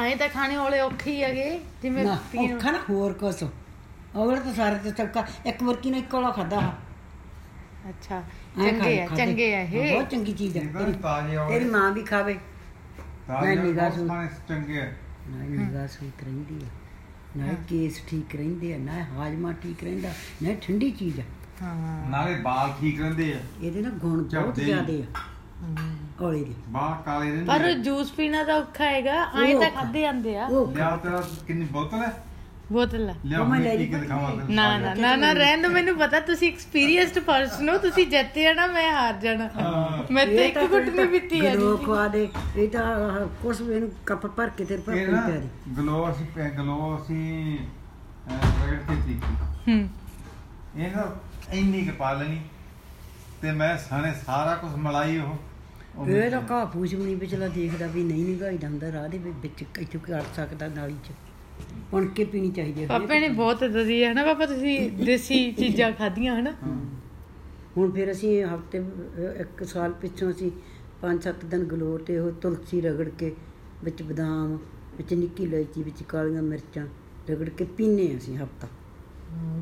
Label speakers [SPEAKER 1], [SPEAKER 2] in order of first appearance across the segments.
[SPEAKER 1] ਐਂ ਤਾਂ ਖਾਣੇ ਵਾਲੇ ਔਖੇ ਹੀ ਹੈਗੇ ਜਿਵੇਂ
[SPEAKER 2] ਨਾ
[SPEAKER 1] ਪੀਣ
[SPEAKER 2] ਔਖਾ ਨਾ ਹੋਰ ਕੁਛ ਉਹਲੇ ਤਾਂ ਸਾਰੇ ਤੇ ਚੌਕਾ ਇੱਕ ਮੁਰਕੀ ਨੇ ਇੱਕੋ ਲਾ ਖਾਦਾ
[SPEAKER 1] ਅੱਛਾ ਚੰਗੇ ਆ ਚੰਗੇ ਆ ਇਹ
[SPEAKER 2] ਬਹੁਤ ਚੰਗੀ ਚੀਜ਼ ਹੈ
[SPEAKER 3] ਨਿਗਾਹ ਤਾਜ਼ੇ ਆਉਣੇ।
[SPEAKER 2] ਤੇਰੀ ਮਾਂ ਵੀ ਖਾਵੇ
[SPEAKER 3] ਤਾਜ਼ੇ
[SPEAKER 2] ਮੈਂ ਨਿਗਾਹ
[SPEAKER 3] ਬਹੁਤ
[SPEAKER 2] ਸੁਣ-
[SPEAKER 3] ਸਾਰੇ ਚੰਗੇ ਆ।
[SPEAKER 2] ਨਾ ਨਿਗਾਹ ਸੂਤ ਰਹਿੰਦੀ ਹੈ ਨਾ ਕੇਸ ਠੀਕ ਰਹਿੰਦੇ ਆ ਨਾ ਹਾਜ਼ਮਾ ਠੀਕ ਰਹਿੰਦਾ ਨਾ ਠੰਡੀ ਚੀਜ਼ ਆ
[SPEAKER 1] ਹਾਂ
[SPEAKER 3] ਨਾਲੇ ਬਾਲ ਠੀਕ ਰਹਿੰਦੇ ਆ
[SPEAKER 2] ਇਹਦੇ ਨਾ ਗੁਣ ਬਹੁਤ
[SPEAKER 3] ਚੱਬਦੇ ਹੀ।
[SPEAKER 2] ਜ਼ਿਆਦੇ ਆ ਔਲੇ ਦੇ
[SPEAKER 3] ਬਾਲ ਕਾਲੇ ਰਹਿੰਦੇ
[SPEAKER 1] ਪਰ
[SPEAKER 3] ਆ।
[SPEAKER 1] ਜੂਸ ਪੀਣਾ ਤਾਂ ਔਖਾ ਹੈਗਾ ਐਂ
[SPEAKER 2] ਉਹ
[SPEAKER 1] ਤਾਂ
[SPEAKER 2] ਔਖਾ।
[SPEAKER 1] ਖਾਦੇ ਜਾਂਦੇ ਆ
[SPEAKER 2] ਉਹ
[SPEAKER 3] ਲਿਆ ਤੇਰਾ ਕਿੰਨੀ ਬੋਤਲ ਹੈ
[SPEAKER 1] ਬੋਤਲ ਆ।
[SPEAKER 3] ਲਿਆ
[SPEAKER 2] ਉਹ ਮੈਂ
[SPEAKER 3] ਮੈਂ
[SPEAKER 2] ਲੈ
[SPEAKER 3] ਪੀ ਕੇ ਦਿਖਾਵਾਂ ਤੈਨੂੰ
[SPEAKER 1] ਨਾ ਨਾ ਨਾ ਨਾ ਰਹਿਣ ਦਿਓ, ਮੈਨੂੰ ਪਤਾ ਤੁਸੀਂ ਐਕਸਪੀਰੀਅੰਸਡ ਪਰਸਨ ਹੋ ਤੁਸੀਂ ਜਿੱਤੇ ਆ ਨਾ ਮੈਂ ਹਾਰ ਜਾਣਾ ਮੈਂ ਤਾਂ ਇੱਕ ਘੁੱਟ ਨਹੀਂ ਪੀਤੀ ਹੈ
[SPEAKER 2] ਗਲੋ ਖਵਾ ਦੇ ਇਹ ਤਾਂ ਆਹ ਕੁਛ ਵੀ ਇਹਨੂੰ ਕੱਪ ਭਰ ਕੇ ਤੇਰੇ
[SPEAKER 3] ਇਹ
[SPEAKER 2] ਭਾਪੇ
[SPEAKER 3] ਨਾ
[SPEAKER 2] ਨੂੰ ਪਿਆ ਦੇ
[SPEAKER 3] ਗਲੋ ਅਸੀਂ ਪੈ ਗਲੋ ਅਸੀਂ ਪ੍ਰਗਟ ਕੀਤੀ
[SPEAKER 1] ਹੂੰ
[SPEAKER 3] ਇਹ ਨਾ ਇੰਨੀ ਕੁ ਪਾ ਲੈਣੀ ਤੇ ਮੈਂ ਸਾਨੇ ਸਾਰਾ ਕੁਝ ਮਲਾਈ ਉਹ ਉਹ
[SPEAKER 2] ਇਹ ਤਾਂ ਘਾਹ ਫੂਸ ਵੀ ਨਹੀਂ ਵਿਚਲਾ ਦੇਖਦਾ ਵੀ ਨਹੀਂ ਨਿਗਾਈ ਜਾਂਦਾ ਰਾਹ ਦੇ ਵੀ ਵਿੱਚ ਇੱਥੋਂ ਕਰ ਸਕਦਾ ਨਾਲੀ ਚ ਪੁਣ ਕੇ ਪੀਣੀ ਚਾਹੀਦੀ ਹੈ
[SPEAKER 1] ਪਾਪੇ ਨੇ ਬਹੁਤ ਦਦੀ ਹੈ ਨਾ ਪਾਪਾ ਤੁਸੀਂ ਦੇਸੀ ਚੀਜ਼ਾਂ ਖਾਧੀਆਂ ਹਨਾ
[SPEAKER 2] ਹੁਣ ਫਿਰ ਅਸੀਂ ਹਫਤੇ ਇੱਕ ਸਾਲ ਪਿੱਛੋਂ ਅਸੀਂ ਪੰਜ ਸੱਤ ਦਿਨ ਗਲੋਰ ਤੇ ਉਹ ਤੁਲਸੀ ਰਗੜ ਕੇ ਵਿੱਚ ਬਦਾਮ ਵਿੱਚ ਨਿੱਕੀ ਇਲਾਇਚੀ ਵਿੱਚ ਕਾਲੀਆਂ ਮਿਰਚਾਂ ਰਗੜ ਕੇ ਪੀਨੇ ਹਾਂ ਅਸੀਂ ਹਫਤਾ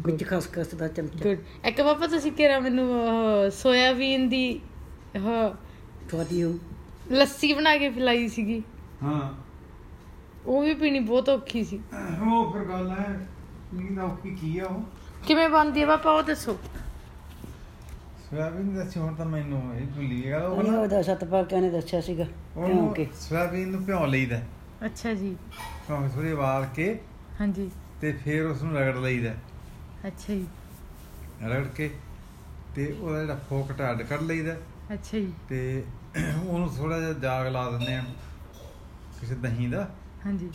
[SPEAKER 2] ਵਿੱਚ ਖਸਖਸ ਦਾ ਚਮਚਾ
[SPEAKER 1] ਗੁੱਡ ਇੱਕ ਪਾਪਾ ਤੁਸੀਂ ਕਿਹਾ ਮੈਨੂੰ ਉਹ ਸੋਇਆਬੀਨ ਦੀ ਉਹ
[SPEAKER 2] ਤੁਹਾਡੀ ਹੋ
[SPEAKER 1] ਲੱਸੀ ਬਣਾ ਕੇ ਪਿਲਾਈ ਸੀਗੀ
[SPEAKER 3] ਹਾਂ
[SPEAKER 1] ਉਹ ਵੀ ਪੀਣੀ ਬਹੁਤ ਔਖੀ ਸੀ
[SPEAKER 3] ਉਹ ਫਿਰ ਗੱਲ ਹੈ ਨੀਂਦ ਔਖੀ ਕੀ ਆ ਉਹ
[SPEAKER 1] ਕਿਵੇਂ ਬਣਦੀ ਹੈ ਪਾਪਾ ਉਹ ਦੱਸੋ
[SPEAKER 3] ਸੋਇਆਬੀਨ ਦਾ ਸੀ ਹੁਣ ਤਾਂ ਮੈਨੂੰ ਇਹ ਭੁੱਲੀਏਗਾ ਉਹ
[SPEAKER 2] ਉਹਨੇ
[SPEAKER 3] ਨਾ
[SPEAKER 2] ਉਹਦਾ ਸਤਪਾਲ ਕਹਿੰਦੇ ਦੱਸਿਆ ਸੀਗਾ ਭਿਉਂ ਕੇ
[SPEAKER 3] ਉਹਨੂੰ ਸੋਇਆਬੀਨ ਨੂੰ ਭਿਉਂ ਲਈਦਾ
[SPEAKER 1] ਅੱਛਾ ਜੀ
[SPEAKER 3] ਭਿਉਂ ਥੋੜੀ ਵਾਰ ਕੇ
[SPEAKER 1] ਹਾਂਜੀ
[SPEAKER 3] ਤੇ ਫਿਰ ਉਸ ਨੂੰ ਰਗੜ ਲਈਦਾ
[SPEAKER 1] ਅੱਛਾ ਜੀ
[SPEAKER 3] ਰਗੜ ਕੇ ਤੇ ਉਹਦਾ ਜਿਹੜਾ ਫੋਕਟ ਅੱਡ ਕੱਢ ਲਈਦਾ
[SPEAKER 1] ਅੱਛਾ ਜੀ
[SPEAKER 3] ਤੇ ਉਹਨੂੰ ਥੋੜਾ ਜਿਹਾ ਜਾਗ ਲਾ ਦਿੰਦੇ ਆ ਕਿਸੇ ਦਹੀਂ ਦਾ
[SPEAKER 1] ਹਾਂਜੀ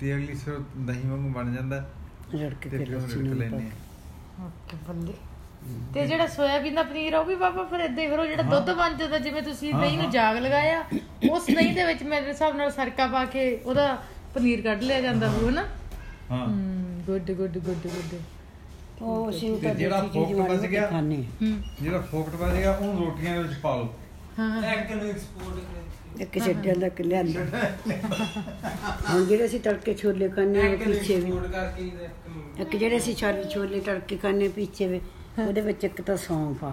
[SPEAKER 3] ਤੇ ਅਗਲੀ ਸਿਰ ਦਹੀਂ ਵਾਂਗੂ ਬਣ ਜਾਂਦਾ
[SPEAKER 2] ਰੜਕ
[SPEAKER 3] ਤੇ
[SPEAKER 2] ਕੇ
[SPEAKER 3] ਫਿਰ ਉਹਨੂੰ
[SPEAKER 2] ਲੱਸੀ
[SPEAKER 3] ਰਿੜਕ
[SPEAKER 2] ਨੂੰ
[SPEAKER 3] ਲੈਂਦੇ ਆ
[SPEAKER 1] ਓਕੇ ਬੱਲੇ ਤੇ ਜਿਹੜਾ ਸੋਇਆਬੀਨ ਦਾ ਪਨੀਰ ਆ ਉਹ ਵੀ ਪਾਪਾ ਫਿਰ ਇਦਾਂ ਹੀ ਫਿਰ ਉਹ ਜਿਹੜਾ ਦੁੱਧ ਬਣ ਜਾਂਦਾ ਜਿਵੇਂ ਤੁਸੀਂ ਦਹੀਂ ਨੂੰ ਜਾਗ ਲਗਾਇਆ ਉਸ ਦਹੀਂ ਦੇ ਵਿੱਚ ਮੇਰੇ ਹਿਸਾਬ ਨਾਲ ਸਰਕਾ ਪਾ ਕੇ ਉਹਦਾ ਪਨੀਰ ਕੱਢ ਲਿਆ ਜਾਂਦਾ ਹੋਊ ਹਨਾ
[SPEAKER 3] ਹਾਂ
[SPEAKER 1] ਗੁੱਡ ਗੁੱਡ ਗੁੱਡ ਗੁੱਡ
[SPEAKER 2] ਉਹ ਅਸੀਂ ਉਹ
[SPEAKER 3] ਤੇ
[SPEAKER 2] ਤਾਂ
[SPEAKER 3] ਜਿਹੜਾ
[SPEAKER 2] ਦੇਸੀ ਚੀਜ਼
[SPEAKER 3] ਫੋਕਟ
[SPEAKER 2] ਮਾੜੀ
[SPEAKER 3] ਬਚ
[SPEAKER 2] ਮੋਟੀ
[SPEAKER 3] ਗਿਆ।
[SPEAKER 2] ਖਾਂਦੇ ਹਾਂ।
[SPEAKER 1] ਹੂੰ
[SPEAKER 3] ਜਿਹੜਾ ਫੋਕਟ ਵਾਲਾ ਹੈਗਾ ਉਹਨੂੰ ਰੋਟੀਆਂ ਦੇ ਵਿੱਚ ਪਾ ਲਓ
[SPEAKER 1] ਹਾਂ
[SPEAKER 2] ਇੱਕ ਛੱਡਿਆਂ ਦਾ ਕਿ ਲਿਆਂਦਾ ਹੁਣ ਜਿਹੜੇ ਅਸੀਂ ਤੜਕੇ ਛੋਲੇ ਖਾਣੇ ਆ ਪਿੱਛੇ ਵੀ ਇੱਕ ਜਿਹੜੇ ਅਸੀਂ ਛਾਲੇ ਛੋਲੇ ਤੜਕੇ ਖਾਣੇ ਪਿੱਛੇ ਵੀ ਉਹਦੇ ਵਿੱਚ ਇੱਕ ਤਾਂ ਸੌਂਫ ਆ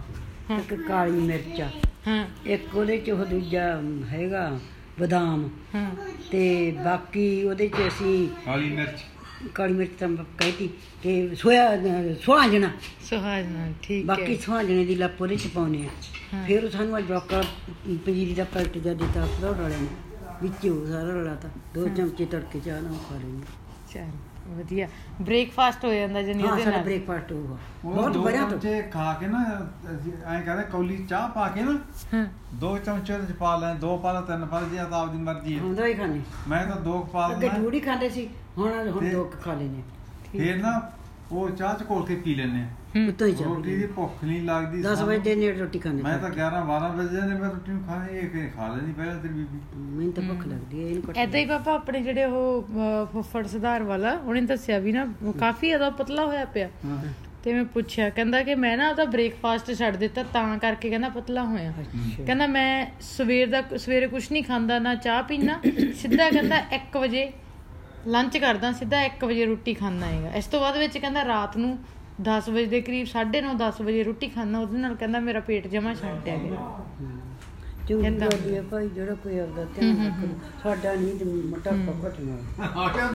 [SPEAKER 2] ਇੱਕ ਕਾਲੀ ਮਿਰਚ ਆ
[SPEAKER 1] ਹਾਂ
[SPEAKER 2] ਇੱਕ ਉਹਦੇ ਚ ਉਹ ਦੂਜਾ ਹੈਗਾ ਬਦਾਮ
[SPEAKER 1] ਹਾਂ
[SPEAKER 2] ਤੇ ਬਾਕੀ ਉਹਦੇ ਚ ਅਸੀਂ
[SPEAKER 3] ਕਾਲੀ ਮਿਰਚ
[SPEAKER 2] ਕਾਲੀ ਮਿਰਚ ਤਾਂ ਕਹਿਤੀ ਤੇ ਸੋਇਆ ਸੁਹਾਜਣਾ
[SPEAKER 1] ਸੁਹਾਜਨਾ ਠੀਕ
[SPEAKER 2] ਬਾਕੀ
[SPEAKER 1] ਹੈ
[SPEAKER 2] ਸੁਹਾਜਣੇ ਦੀ ਲੱਪ ਉਹਦੇ ਚ ਪਾਉਨੇ ਆ
[SPEAKER 1] ਹਾਂ।
[SPEAKER 2] ਫਿਰ ਉਹ ਸਾਨੂੰ ਅਜਵਾਕਾ ਪੰਜੀਰੀ ਦਾ ਪੈਕਟ ਜਾਂ ਦਿੱਤਾ ਫਲੋਰ ਵਾਲੇ ਨੇ ਵਿੱਚ ਉਹ ਸਾਰਾ ਰਲਾਤਾ ਦੋ ਚਮਚੇ ਤੜਕੇ ਚਾਹ ਨਾਲ ਖਾ ਲੈਂਦੇ
[SPEAKER 1] ਚਲ ਵਧੀਆ ਬ੍ਰੇਕਫਾਸਟ ਹੋ ਜਾਂਦਾ ਜਨੀ
[SPEAKER 2] ਹਾਂ
[SPEAKER 1] ਉਹਦੇ
[SPEAKER 2] ਸਾਡਾ
[SPEAKER 1] ਨਾਲ
[SPEAKER 2] ਬ੍ਰੇਕਫਾਸਟ ਹੋਊਗਾ
[SPEAKER 3] ਉਹ
[SPEAKER 2] ਬਹੁਤ
[SPEAKER 3] ਦੋ
[SPEAKER 2] ਬੜਿਆ ਤੋਂ
[SPEAKER 3] ਚਮਚੇ ਖਾ ਕੇ ਨਾ ਅਸੀਂ ਐਂ ਕਹਿੰਦੇ ਕੌਲੀ ਚਾਹ ਪਾ ਕੇ ਨਾ
[SPEAKER 1] ਹਾਂ
[SPEAKER 3] ਦੋ ਚਮਚੇ ਉਹਦੇ ਚ ਪਾ ਲੈ ਦੋ ਪਾ ਲੈ ਤਿੰਨ ਪਾ ਲੈ ਜੇ ਤਾਂ ਆਪਦੀ ਮਰਜ਼ੀ ਹੈ
[SPEAKER 2] ਹੁੰਦਾ ਹੀ ਖਾਣੇ
[SPEAKER 3] ਮੈਂ ਤਾਂ ਦੋ ਕੁ ਪਾ
[SPEAKER 2] ਅੱਗੇ
[SPEAKER 3] ਲੈਂਦਾ
[SPEAKER 2] ਜੂੜੀ ਖਾਂਦੇ ਸੀ ਹੁਣ ਹੁਣ
[SPEAKER 3] ਤੇ-
[SPEAKER 2] ਦੋ ਕੁ ਖਾ ਲੈਨੇ
[SPEAKER 3] ਫਿਰ ਨਾ ਉਹ ਚਾਹ ਚ ਘੋਲ ਕੇ ਪੀ ਲੈਂਦੇ ਆ
[SPEAKER 2] ਉਤੋਂ ਹੀ
[SPEAKER 3] ਰੋਟੀ
[SPEAKER 2] ਚਾਹ
[SPEAKER 3] ਦੀ ਭੁੱਖ ਨਹੀਂ ਲੱਗਦੀ
[SPEAKER 2] 10
[SPEAKER 3] ਸਾਨੂੰ।
[SPEAKER 2] ਵਜੇ ਦੇ ਨੇੜੇ ਰੋਟੀ ਖਾਂਦੇ
[SPEAKER 3] ਮੈਂ ਤਾਂ 11 12 ਵਜੇ ਨੇ ਮੈਂ ਰੋਟੀ ਨੂੰ ਖਾਣੀ ਇਹ ਕਿ ਖਾ ਲੈਣੀ ਪਹਿਲਾਂ ਤੇਰੀ ਬੀਬੀ
[SPEAKER 2] ਮੈਨੂੰ ਤਾਂ ਭੁੱਖ ਲੱਗਦੀ ਹੈ ਇਹਨੂੰ ਕੱਟ
[SPEAKER 1] ਐਦਾਂ ਹੀ ਪਾਪਾ ਆਪਣੇ ਜਿਹੜੇ ਉਹ ਅਹ, ਫੁੱਫੜ ਸੁਧਾਰ ਵਾਲਾ ਉਹਨੇ ਦੱਸਿਆ ਵੀ ਨਾ ਉਹ ਕਾਫੀ ਜ਼ਿਆਦਾ ਪਤਲਾ ਹੋਇਆ ਪਿਆ
[SPEAKER 3] ਹਾਂ
[SPEAKER 1] ਤੇ ਮੈਂ ਪੁੱਛਿਆ ਕਹਿੰਦਾ ਕਿ ਮੈਂ ਨਾ ਉਹਦਾ ਬ੍ਰੇਕਫਾਸਟ ਛੱਡ ਦਿੱਤਾ ਤਾਂ ਕਰਕੇ ਕਹਿੰਦਾ ਪਤਲਾ ਹੋਇਆ ਕਹਿੰਦਾ ਮੈਂ ਸਵੇਰ ਦਾ ਸਵੇਰੇ ਕੁਝ ਨਹੀਂ ਖਾਂਦਾ ਨਾ ਚਾਹ ਪੀਣਾ ਸਿੱਧਾ ਕਹਿੰਦਾ 1 ਵਜੇ ਲੰਚ ਕਰਦਾ ਸਿੱਧਾ 1 ਵਜੇ ਰੋਟੀ ਖਾਂਦਾ ਹੈਗਾ ਇਸ ਤੋਂ ਬਾਅਦ ਵਿੱਚ ਕਹਿੰਦਾ ਰਾਤ ਨੂੰ 10 ਵਜੇ ਦੇ ਕਰੀਬ 9:30 10 ਵਜੇ ਰੋਟੀ ਖਾਂਦਾ ਉਹਦੇ ਨਾਲ ਕਹਿੰਦਾ ਮੇਰਾ ਪੇਟ ਜਮਾ ਛੱਡਿਆ ਗਿਆ
[SPEAKER 2] ਝੂਠ ਬੋਲਦੀ ਹੈ ਭਾਈ ਜਿਹੜਾ ਕੋਈ ਆਪਦਾ ਧਿਆਨ ਰੱਖੂ ਸਾਡਾ ਨਹੀਂ ਤੇ ਮੋਟਾ ਪਕੜ ਨਾ
[SPEAKER 3] ਆ ਗਿਆ